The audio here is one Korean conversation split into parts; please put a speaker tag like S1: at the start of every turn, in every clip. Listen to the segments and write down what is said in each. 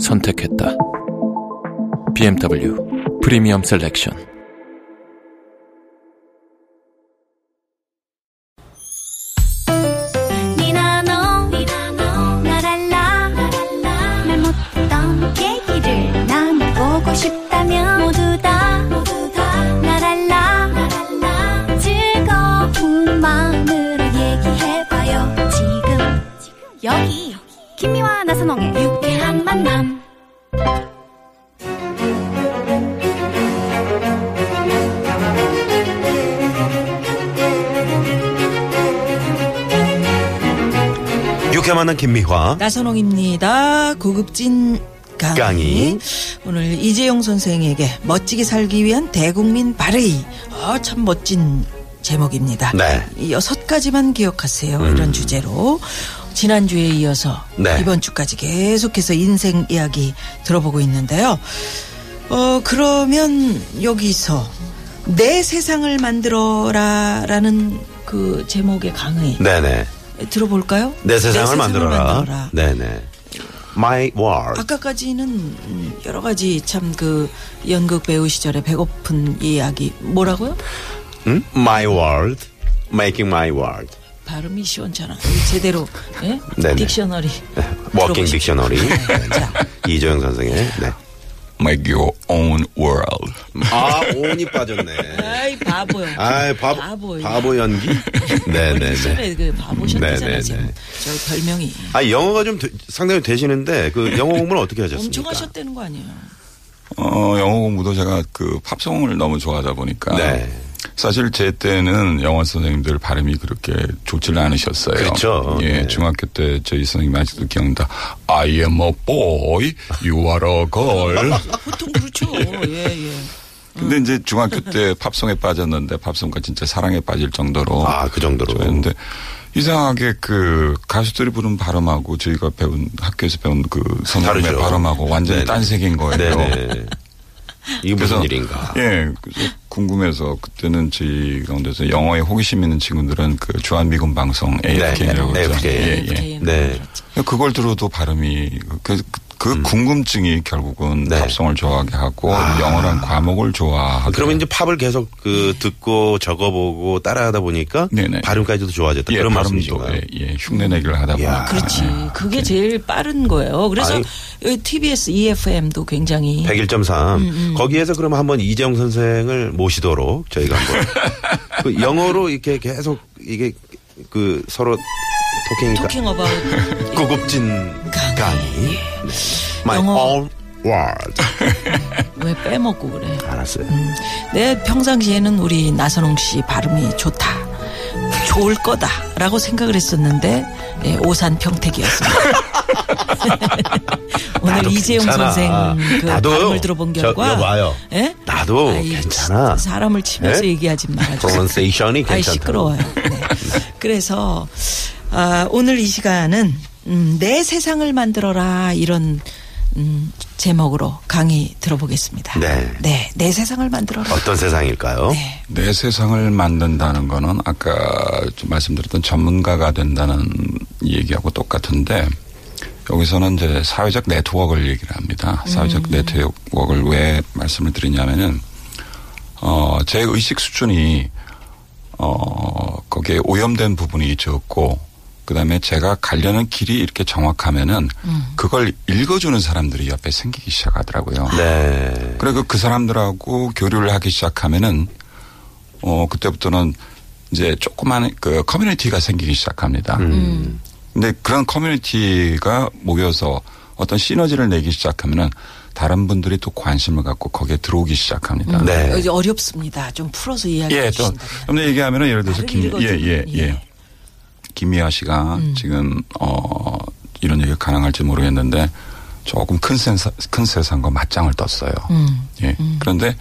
S1: 선택했다. BMW 프리미엄 셀렉션.
S2: 니나노 나랄라 말 못했던 얘기를 나눠보고 싶다면 모두 다 나랄라 즐거운 마음으로 얘기해봐요 지금 여기 김미와 나선홍의 유쾌한 만남
S3: 유쾌 만난 김미화.
S4: 나선홍입니다. 고급진 강의.
S3: 강의.
S4: 오늘 이재용 선생에게 멋지게 살기 위한 대국민 발의. 어, 참 멋진 제목입니다.
S3: 네. 음.
S4: 이 여섯 가지만 기억하세요. 이런 주제로. 지난주에 이어서
S3: 네.
S4: 이번 주까지 계속해서 인생 이야기 들어보고 있는데요. 어, 그러면 여기서 내 세상을 만들어라 라는 그 제목의 강의
S3: 네네.
S4: 들어볼까요?
S3: 내 세상을 만들어라. 네네. My world.
S4: 아까까지는 음, 여러 가지 참 그 연극 배우 시절에 배고픈 이야기 뭐라고요?
S3: 음? My world. Making my world.
S4: 발음이 시원찮아. 이거 제대로 예?
S3: 네네.
S4: 딕셔너리.
S3: 워킹
S4: 들어보시-
S3: 딕셔너리.
S4: 네, 자,
S3: 이조영 선생의. 네.
S5: Make your own world.
S3: 아, 온이 빠졌네.
S4: 아이 바보요.
S3: 아, 바보,
S4: 바보.
S3: 바보 연기? 네네네.
S4: 예전에 그 바보셨잖아요.
S3: 네네네.
S4: 지금. 저 별명이
S3: 아, 영어가 좀 되- 상당히 되시는데, 그 영어 공부는 어떻게 하셨습니까?
S4: 엄청 하셨다는 거 아니에요?
S5: 어, 영어 공부도 제가 그 팝송을 너무 좋아하다 보니까.
S3: 네.
S5: 사실 제 때는 영어 선생님들 발음이 그렇게 좋지는 않으셨어요.
S3: 그렇죠.
S5: 예,
S3: 네.
S5: 중학교 때 저희 선생님 아직도 기억나. I am a boy, you are a girl.
S4: 보통 그렇죠. 예 예.
S5: 근데 이제 중학교 때 팝송에 빠졌는데 팝송과 진짜 사랑에 빠질 정도로.
S3: 아, 그 정도로.
S5: 좋아했는데 이상하게 그 가수들이 부른 발음하고 저희가 배운 학교에서 배운 그 선생님의
S3: 다르죠.
S5: 발음하고 완전히
S3: 네네.
S5: 딴 세계인 거예요.
S3: 네네. 이게 무슨 일인가?
S5: 예, 그래서 궁금해서 그때는 저희 가운데서 영어에 호기심 있는 친구들은 그 주한미군 방송 AFK라고
S3: 네,
S5: 그러죠.
S3: AFK.
S5: 예,
S4: AFK.
S3: 네.
S5: 예. 그걸 들어도 발음이 그, 그 궁금증이 결국은
S3: 네.
S5: 팝송을 좋아하게 하고 영어란 과목을 좋아하고
S3: 그러면 이제 팝을 계속 그 듣고 적어보고 따라하다 보니까
S5: 네네.
S3: 발음까지도 좋아졌다.
S5: 예,
S3: 그런
S5: 발음도
S3: 말씀이신가요?
S5: 예, 예, 흉내내기를 하다
S3: 이야.
S5: 보니까 예.
S4: 그렇지. 그게 제일 빠른 거예요. 그래서
S3: 아, 아니.
S4: 여기 TBS EFM도 굉장히
S3: 101.3.
S4: 음,
S3: 거기에서 그럼 한번 이재용 선생을 모시도록 저희가 한번 그 영어로 이렇게 계속 이게 그 서로 토킹
S4: 토킹 어바웃
S3: 고급진
S4: 강의.
S3: 강의. 네. My
S4: 영어. 음.
S3: own world.
S4: 왜 빼먹고 그래?
S3: 알았어요.
S4: 내 평상시에는 우리 나선홍 씨 발음이 좋다. 좋을 거다라고 생각을 했었는데 예, 오산 평택이었습니다. 오늘
S3: 나도
S4: 이재용
S3: 괜찮아.
S4: 선생 그
S3: 나도요.
S4: 발음을 들어본
S3: 저,
S4: 결과
S3: 여봐요.
S4: 예?
S3: 나도 괜찮아.
S4: 사- 사람을 치면서
S3: 예?
S4: 얘기하지 말아줘.
S3: pronunciation이 괜찮다.
S4: 아이 시끄러워요. 네. 그래서 아, 오늘 이 시간은 음, 내 세상을 만들어라 이런 음, 제목으로 강의 들어보겠습니다.
S3: 네.
S4: 내 세상을 만들어라.
S3: 어떤 세상일까요?
S4: 네.
S5: 내 세상을 만든다는 거는 아까 좀 말씀드렸던 전문가가 된다는 얘기하고 똑같은데 여기서는 이제 사회적 네트워크를 얘기를 합니다. 사회적 네트워크를 왜 말씀을 드리냐면은 어, 제 의식 수준이 어, 거기에 오염된 부분이 적고 그다음에 제가 가려는 길이 이렇게 정확하면은 그걸 읽어주는 사람들이 옆에 생기기 시작하더라고요.
S3: 네.
S5: 그리고 그 사람들하고 교류를 하기 시작하면은 어 그때부터는 이제 조그만 그 커뮤니티가 생기기 시작합니다. 근데 그런 커뮤니티가 모여서 어떤 시너지를 내기 시작하면은 다른 분들이 또 관심을 갖고 거기에 들어오기 시작합니다.
S3: 네.
S4: 여기 어렵습니다. 좀 풀어서 이야기해
S5: 예, 또
S4: 주신다.
S5: 근데 얘기하면은 예를 들어서
S4: 나를
S5: 김 예,
S4: 읽어주는,
S5: 예,
S4: 예. 음.
S5: 예. 김미아 씨가 지금 어 이런 얘기가 가능할지 모르겠는데 조금 큰, 센사, 큰 세상과 맞짱을 떴어요.
S4: 음.
S5: 예. 그런데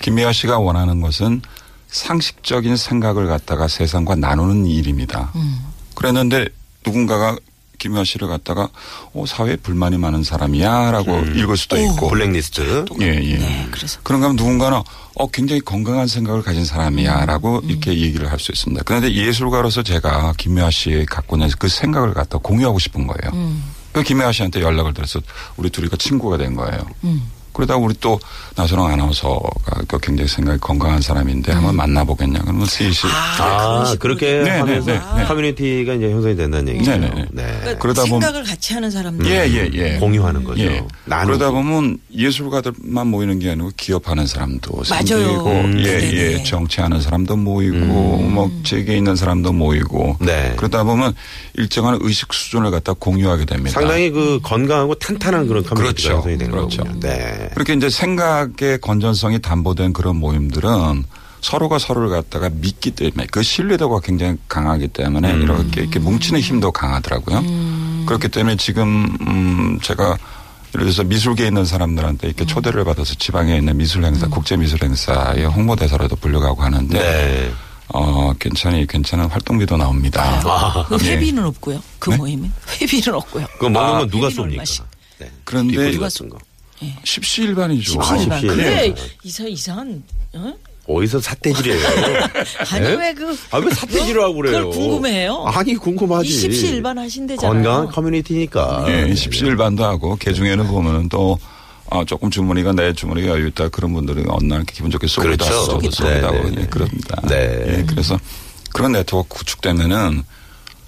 S5: 김미아 씨가 원하는 것은 상식적인 생각을 갖다가 세상과 나누는 일입니다.
S4: 음.
S5: 그랬는데 누군가가 김미아 씨를 갖다가 어, 사회에 불만이 많은 사람이야라고 읽을 수도
S3: 그
S5: 있고
S3: 블랙리스트.
S5: 예, 예.
S4: 네, 그래서.
S5: 그런가 하면 누군가는 어, 굉장히 건강한 생각을 가진 사람이야 라고
S4: 음.
S5: 이렇게 얘기를 할 수 있습니다. 그런데 예술가로서 제가 김미아 씨의 갖고 있는 그 생각을 갖다 공유하고 싶은 거예요.
S4: 음.
S5: 그 김미아 씨한테 연락을 드려서 우리 둘이가 그 친구가 된 거예요.
S4: 음.
S5: 그러다 우리 또 나선홍 아나운서가 그 굉장히 생각이 건강한 사람인데
S4: 음.
S5: 한번 만나보겠냐. 그러면 셋이.
S3: 아, 그렇게
S5: 네,
S3: 하면서
S5: 네, 네, 네.
S3: 커뮤니티가 이제 형성이 된다는 얘기죠.
S5: 네, 네,
S3: 네.
S4: 그러니까
S5: 그러다 보면-
S4: 생각을 같이 하는 사람들.
S5: 예, 예, 예.
S3: 공유하는 거죠.
S5: 예.
S3: 나누고.
S5: 그러다 보면 예술가들만 모이는 게 아니고 기업하는 사람도
S4: 맞아요.
S5: 생기고
S4: 음.
S5: 예,
S4: 네네.
S5: 예. 정치하는 사람도 모이고 뭐 재계 있는 사람도 모이고
S3: 음. 네.
S5: 그러다 보면 일정한 의식 수준을 갖다 공유하게 됩니다.
S3: 상당히 그 건강하고 탄탄한 그런 커뮤니티가
S5: 그렇죠.
S3: 형성이 된
S5: 그렇죠.
S3: 거군요. 네.
S5: 그렇게 이제 생각의 건전성이 담보된 그런 모임들은 서로가 서로를 갖다가 믿기 때문에 그 신뢰도가 굉장히 강하기 때문에 이렇게 이렇게 뭉치는 힘도 강하더라고요. 그렇기 때문에 지금 음 제가 예를 들어서 미술계에 있는 사람들한테 이렇게 초대를 받아서 지방에 있는 미술 행사, 국제 미술 행사의 홍보대사로도 불려가고 하는데
S3: 네.
S5: 어 괜찮이 괜찮은 활동비도 나옵니다.
S4: 그 회비는 없고요. 그 모임에 회비는 없고요.
S3: 그거 먹는
S5: 아,
S3: 건 누가
S4: 비밀
S3: 쏩니까?
S4: 얼마씩.
S3: 네.
S5: 그런데
S3: 입꼬리
S5: 누가
S3: 같은 거.
S5: 십시일반이죠.
S4: 집시일반.
S3: 집시일반.
S4: 그래 이사 이상한 어?
S3: 어디서 사태질이에요?
S4: 아니
S3: 네?
S4: 왜그
S3: 아, 왜 사태질을 하고 그래요?
S4: 그걸 궁금해요.
S3: 아니, 궁금하지.
S4: 이 십시일반 하신대잖아요.
S3: 건강한 커뮤니티니까.
S5: 예, 십시일반도 하고 개 중에는 보면은 또 아, 조금 주머니가 내 주머니가 여유 있다 그런 분들은 어느 날 이렇게 기분 좋게 쏘기도
S3: 그렇죠.
S5: 하고 쏘기도
S3: 쏘기도
S5: 쏘기도
S3: 하고.
S5: 하고
S3: 네, 네,
S5: 예, 그럽니다.
S3: 네.
S5: 예, 그래서 그런 네트워크 구축되면은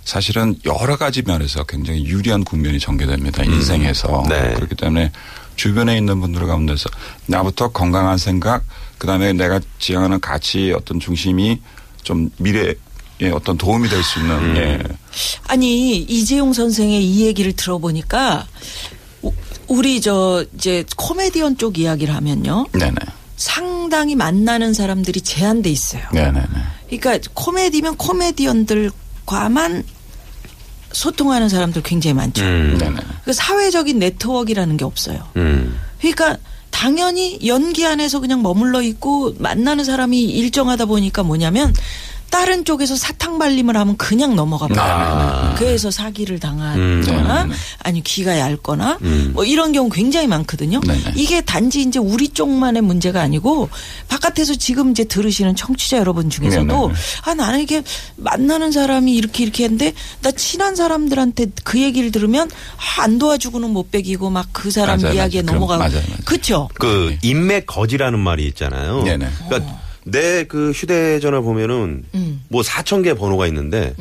S5: 사실은 여러 가지 면에서 굉장히 유리한 국면이 전개됩니다. 인생에서.
S3: 음. 네.
S5: 그렇기 때문에 주변에 있는 분들 가운데서 나부터 건강한 생각, 그 다음에 내가 지향하는 가치의 어떤 중심이 좀 미래에 어떤 도움이 될 수 있는
S3: 음.
S5: 예,
S4: 아니 이재용 선생의 이 얘기를 들어보니까 우- 우리 저 이제 코미디언 쪽 이야기를 하면요
S5: 네네.
S4: 상당히 만나는 사람들이 제한돼 있어요.
S5: 네네네.
S4: 그러니까 코미디면 코미디언들과만 소통하는 사람들 굉장히 많죠.
S5: 음. 네네.
S4: 그 사회적인 네트워크라는 게 없어요.
S3: 음.
S4: 그러니까 당연히 연기 안에서 그냥 머물러 있고 만나는 사람이 일정하다 보니까 뭐냐면 다른 쪽에서 사탕 발림을 하면 그냥 넘어가 버려요. 그래서 사기를 당하거나
S5: 아. 음.
S4: 아니 귀가 얇거나 뭐 이런 경우 굉장히 많거든요.
S5: 네네.
S4: 이게 단지 이제 우리 쪽만의 문제가 아니고 바깥에서 지금 이제 들으시는 청취자 여러분 중에서도
S5: 네네네.
S4: 아 나는 이게 만나는 사람이 이렇게 이렇게 했는데 나 친한 사람들한테 그 얘기를 들으면 아, 안 도와주고는 못 빼기고 막 그 사람
S5: 맞아요,
S4: 이야기에
S5: 맞아요.
S4: 넘어가고
S5: 그럼 맞아요, 맞아요.
S4: 그쵸?
S3: 그 인맥 거지라는 말이 있잖아요.
S5: 네네.
S3: 그러니까 내 그 휴대전화 보면은
S4: 음.
S3: 뭐 4천 개 번호가 있는데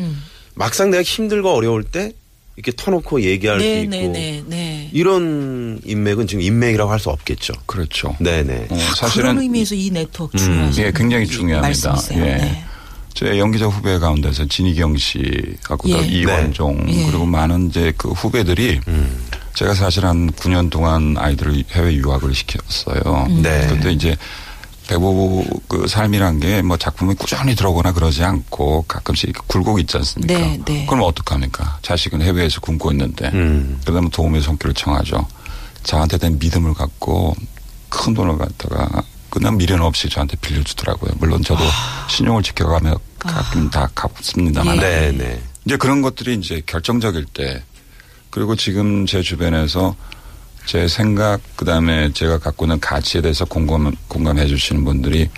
S3: 막상 내가 힘들고 어려울 때 이렇게 터놓고 얘기할 수 있고
S4: 네네네 네.
S3: 이런 인맥은 지금 인맥이라고 할 수 없겠죠.
S5: 그렇죠.
S3: 네네.
S5: 어,
S4: 아, 그런
S5: 사실은
S4: 의미에서 이 네트워크 중요하죠.
S5: 예, 굉장히 중요합니다.
S4: 말씀이세요.
S5: 예.
S4: 네.
S5: 제 연기자 후배 가운데서 진희경 씨하고
S4: 예.
S5: 또 이원종
S4: 네. 예.
S5: 그리고 많은 이제 그 후배들이
S3: 음.
S5: 제가 사실 한 9년 동안 아이들을 해외 유학을 시켰어요.
S4: 음.
S3: 네.
S5: 그때 이제 대부분 그 삶이란 게 뭐 작품이 꾸준히 들어오거나 그러지 않고 가끔씩 굴곡 있지 않습니까?
S4: 네, 네.
S5: 그럼 어떡합니까? 자식은 해외에서 굶고 있는데
S3: 음.
S5: 그다음에 도움의 손길을 청하죠. 저한테 대한 믿음을 갖고 큰 돈을 갖다가 그냥 미련 없이 저한테 빌려주더라고요. 물론 저도 신용을 지켜가며 가끔 다 갚습니다만
S3: 아. 네네.
S5: 이제 그런 것들이 이제 결정적일 때 그리고 지금 제 주변에서 제 생각 그다음에 제가 갖고 있는 가치에 대해서 공감 공감해 주시는 분들이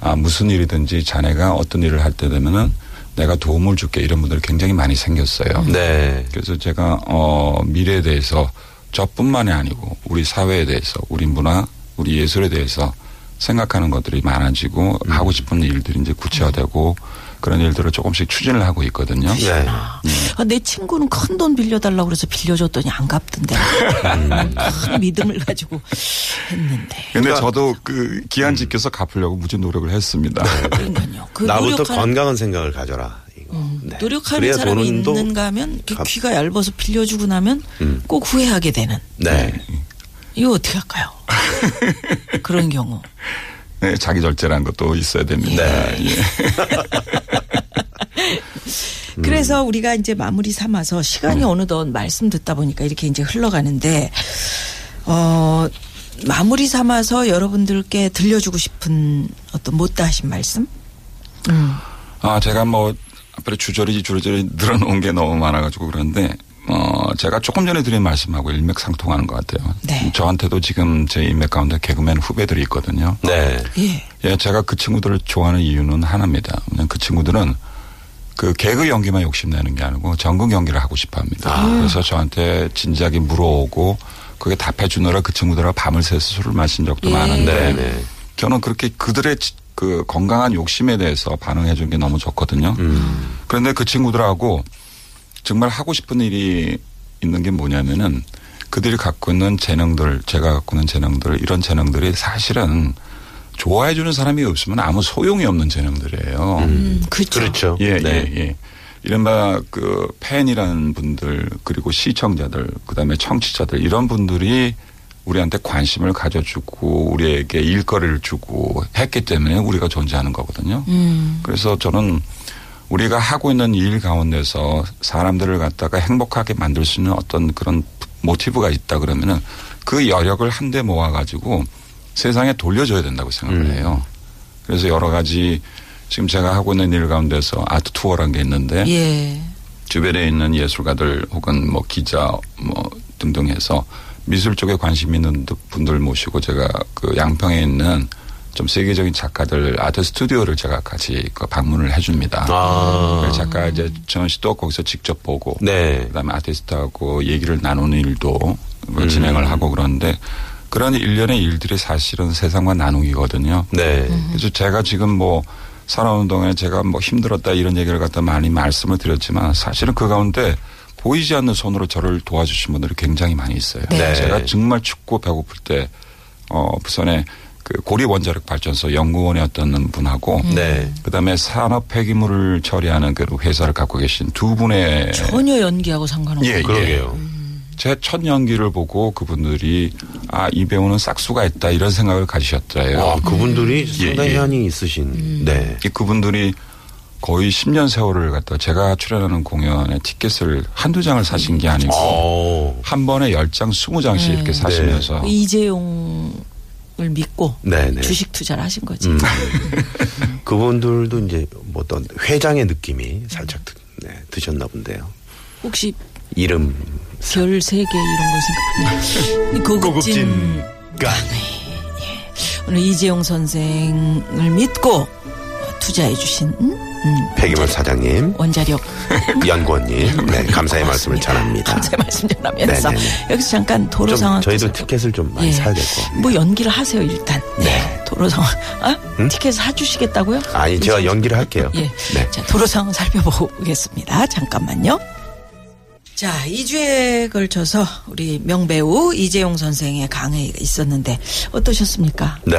S5: 아 무슨 일이든지 자네가 어떤 일을 할 때 되면은 내가 도움을 줄게 이런 분들이 굉장히 많이 생겼어요.
S3: 네.
S5: 그래서 제가 어 미래에 대해서 저뿐만이 아니고 우리 사회에 대해서 우리 문화 우리 예술에 대해서 생각하는 것들이 많아지고 하고 싶은 일들이 이제 구체화되고 그런 일들을 조금씩 추진을 하고 있거든요.
S3: 네.
S4: 아, 내 친구는 큰 돈 빌려달라고 그래서 빌려줬더니 안 갚던데.
S5: 음.
S4: 큰 믿음을 가지고 했는데.
S5: 근데 저도 그 기한 지켜서 갚으려고 무지 노력을 했습니다.
S4: 그러니까요. 그
S3: 나부터
S4: 노력하는- 어,
S3: 건강한 생각을 가져라. 이거. 네.
S4: 노력하는
S3: 그래야
S4: 사람이
S3: 돈도-
S4: 있는가 하면 그
S3: 갚- 음.
S4: 귀가 얇아서 빌려주고 나면 꼭 후회하게 되는
S3: 네.
S4: 이거 어떻게 할까요? 그런 경우
S5: 네, 자기 절제라는 것도 있어야 됩니다. 예.
S4: 그래서 우리가 이제 마무리 삼아서 시간이 어느덧 말씀 듣다 보니까 이렇게 이제 흘러가는데 어 마무리 삼아서 여러분들께 들려주고 싶은 어떤 못다 하신 말씀?
S5: 아, 제가 뭐, 앞으로 주저리 주저리 늘어놓은 게 너무 많아가지고 그런데, 어, 제가 조금 전에 드린 말씀하고 일맥상통하는 것 같아요.
S4: 네.
S5: 저한테도 지금 제 인맥 가운데 개그맨 후배들이 있거든요.
S3: 네.
S4: 예.
S5: 예, 제가 그 친구들을 좋아하는 이유는 하나입니다. 그냥 그 친구들은 그 개그 연기만 욕심내는 게 아니고 전극 연기를 하고 싶어 합니다.
S3: 아.
S5: 그래서 저한테 진지하게 물어오고 그게 답해주느라 그 친구들하고 밤을 새서 술을 마신 적도 많은데
S3: 네.
S5: 저는 그렇게 그들의 지- 그 건강한 욕심에 대해서 반응해 준 게 너무 좋거든요.
S3: 음.
S5: 그런데 그 친구들하고 정말 하고 싶은 일이 있는 게 뭐냐면은 그들이 갖고 있는 재능들, 제가 갖고 있는 재능들, 이런 재능들이 사실은 좋아해 주는 사람이 없으면 아무 소용이 없는 재능들이에요.
S4: 음, 그렇죠.
S3: 그렇죠.
S5: 예,
S3: 네.
S5: 예, 예. 이른바 그 팬이라는 분들 그리고 시청자들 그다음에 청취자들 이런 분들이 우리한테 관심을 가져주고 우리에게 일거리를 주고 했기 때문에 우리가 존재하는 거거든요. 그래서 저는 우리가 하고 있는 일 가운데서 사람들을 갖다가 행복하게 만들 수 있는 어떤 그런 모티브가 있다 그러면은 그 여력을 한데 모아 가지고 세상에 돌려줘야 된다고 생각을 해요. 그래서 여러 가지 지금 제가 하고 있는 일 가운데서 아트 투어란 게 있는데
S4: 예.
S5: 주변에 있는 예술가들 혹은 뭐 기자 뭐 등등 해서 미술 쪽에 관심 있는 분들 모시고 제가 그 양평에 있는 좀 세계적인 작가들 아트 스튜디오를 제가 같이 그 방문을 해줍니다.
S3: 아.
S5: 그 작가 이제 전원 씨도 거기서 직접 보고
S3: 네.
S5: 그다음에 아티스트하고 얘기를 나누는 일도
S3: 음.
S5: 진행을 하고 그러는데 그런 일련의 일들이 사실은 세상과 나누기거든요.
S3: 네.
S5: 그래서 제가 지금 뭐 살아오는 동안에 제가 뭐 힘들었다 이런 얘기를 갖다 많이 말씀을 드렸지만 사실은 그 가운데 보이지 않는 손으로 저를 도와주신 분들이 굉장히 많이 있어요.
S3: 네.
S5: 제가 정말 춥고 배고플 때, 어, 부산에 그 고리원자력발전소 연구원이었던 분하고
S3: 네.
S5: 그다음에 산업 폐기물을 처리하는 그 회사를 갖고 계신 두 분의
S4: 전혀 연기하고 상관없고.
S5: 예, 예.
S3: 그러게요.
S4: 음.
S5: 제 첫 연기를 보고 그분들이 아 이 배우는 싹수가 있다 이런 생각을 가지셨대요.
S3: 와, 아,
S4: 음.
S3: 그분들이
S5: 예,
S3: 상당히
S5: 예.
S3: 한이 있으신. 네.
S5: 이 그분들이 거의 10년 세월을 갖다 제가 출연하는 공연에 티켓을 한두 장을 사신 게 아니고
S3: 어.
S5: 한 번에 10장, 20장씩
S3: 네.
S5: 이렇게 사시면서
S4: 어. 이재용을 믿고
S3: 네, 네.
S4: 주식 투자를 하신 거지.
S3: 그분들도 이제 뭐 어떤 회장의 느낌이 살짝 드, 네, 드셨나 본데요.
S4: 혹시
S3: 이름.
S4: 별 세 개 이런 걸 생각하면 고급진 오늘 이재용 선생을 믿고 투자해 주신 음,
S3: 폐기물 사장님,
S4: 원자력
S3: 연구원님, 네, 감사의 말씀을 전합니다.
S4: 감사의 말씀 전하면서
S3: 네, 네,
S4: 여기서 잠깐 도로
S3: 좀
S4: 상황
S3: 저희도
S4: 조사-
S3: 티켓을 좀 많이
S4: 예.
S3: 사야 될 것 같아요.
S4: 뭐 연기를 하세요 일단. 네. 도로 상황. 아 티켓 사주시겠다고요?
S3: 음? 아니, 제가
S4: 이재용
S3: 연기를 할게요.
S4: 예.
S3: 네.
S4: 자, 도로 상황 살펴보겠습니다. 잠깐만요. 자, 2주에 걸쳐서 우리 명배우 이재용 선생의 강의가 있었는데 어떠셨습니까?
S3: 네.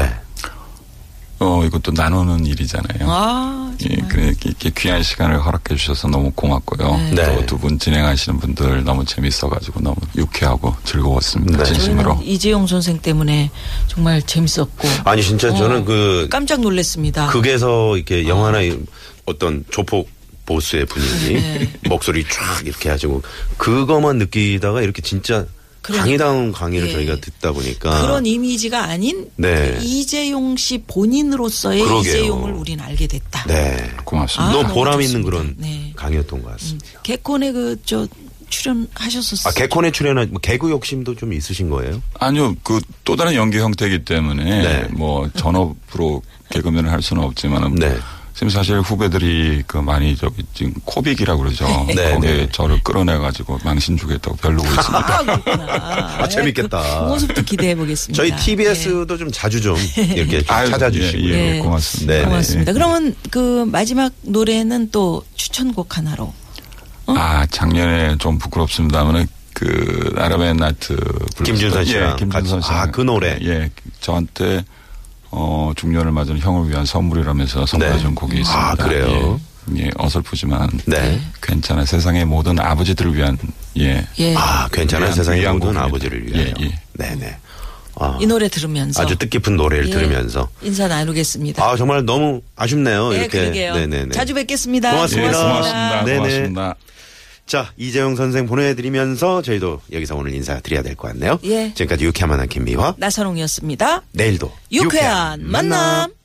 S5: 어 이것도 나누는 일이잖아요.
S4: 아,
S5: 예,
S4: 정말.
S5: 그래 이렇게 귀한 시간을 허락해 주셔서 너무 고맙고요.
S3: 네.
S5: 또 두 분 진행하시는 분들 너무 재밌어가지고 너무 유쾌하고 즐거웠습니다.
S3: 네.
S5: 진심으로.
S4: 저희는 음, 이재용 선생 때문에 정말 재밌었고
S3: 아니, 진짜
S4: 어.
S3: 저는 그,
S4: 깜짝 놀랐습니다.
S3: 극에서 이렇게
S4: 아.
S3: 영화나 이- 어떤 조폭 보스의 분위기,
S4: 네.
S3: 목소리 쫙 이렇게 해가지고, 그거만 느끼다가 이렇게 진짜
S4: 그러니까.
S3: 강의다운 강의를
S4: 예.
S3: 저희가 듣다 보니까.
S4: 그런 이미지가 아닌
S3: 아.
S4: 그
S3: 네.
S4: 이재용 씨 본인으로서의
S3: 그러게요.
S4: 이재용을 우린 알게 됐다.
S3: 네.
S5: 고맙습니다.
S4: 아,
S3: 너무
S4: 너무
S3: 보람 있는
S4: 좋습니다.
S3: 그런
S4: 네.
S3: 강의였던 것 같습니다.
S4: 개콘에 그 저
S3: 아,
S4: 출연하셨었어요.
S3: 개콘에 출연한, 뭐 개그 욕심도 좀 있으신 거예요?
S5: 아니요, 그 또 다른 연기 형태이기 때문에
S3: 네.
S5: 뭐 전업으로 개그맨을 할 수는 없지만은
S3: 네.
S5: 지금 사실 후배들이 그 많이 저기 지금 코빅이라고 그러죠.
S3: 네,
S5: 거기에
S3: 네.
S5: 저를 끌어내가지고 망신 주겠다고 별로고
S4: 아,
S5: 있습니다.
S4: 그렇구나. 네,
S3: 재밌겠다.
S4: 그 모습도 기대해 보겠습니다.
S3: 저희 TBS도
S4: 예.
S3: 좀 자주 좀 이렇게 좀
S5: 아유,
S3: 찾아주시고요.
S5: 예, 예,
S4: 네.
S5: 고맙습니다.
S3: 네,
S4: 예.
S3: 네.
S4: 고맙습니다. 그러면 그 마지막 노래는 또 추천곡 하나로.
S5: 아 작년에 좀 부끄럽습니다만은 그 아랍의 나트 불렀었던-
S3: 김준선 씨랑
S5: 예, 김준선
S3: 같이.
S5: 씨.
S3: 아, 그 노래.
S5: 예, 저한테 어 중년을 맞은 형을 위한 선물이라면서 선물해준 곡이 있습니다.
S3: 아, 그래요?
S5: 예, 예, 어설프지만
S3: 네.
S5: 괜찮아. 세상의 모든 아버지들을 위한 예.
S4: 예.
S3: 아, 괜찮아요.
S5: 위안-
S3: 세상의
S5: 위안부
S3: 모든
S5: 분이다.
S3: 아버지를 위하여.
S5: 예, 예.
S3: 네네. 아.
S4: 이 노래 들으면서
S3: 아주 뜻깊은 노래를
S4: 예,
S3: 들으면서
S4: 인사 나누겠습니다.
S3: 아 정말 너무 아쉽네요.
S4: 네,
S3: 이렇게
S4: 그러게요.
S3: 네네네.
S4: 자주 뵙겠습니다.
S5: 예,
S3: 고맙습니다.
S5: 고맙습니다.
S3: 네네.
S5: 고맙습니다.
S3: 자 이재용 선생 보내드리면서 저희도 여기서 오늘 인사드려야 될 것 같네요.
S4: 예.
S3: 지금까지 유쾌한 만남 김미화.
S4: 나선홍이었습니다.
S3: 내일도
S4: 유쾌한 만남.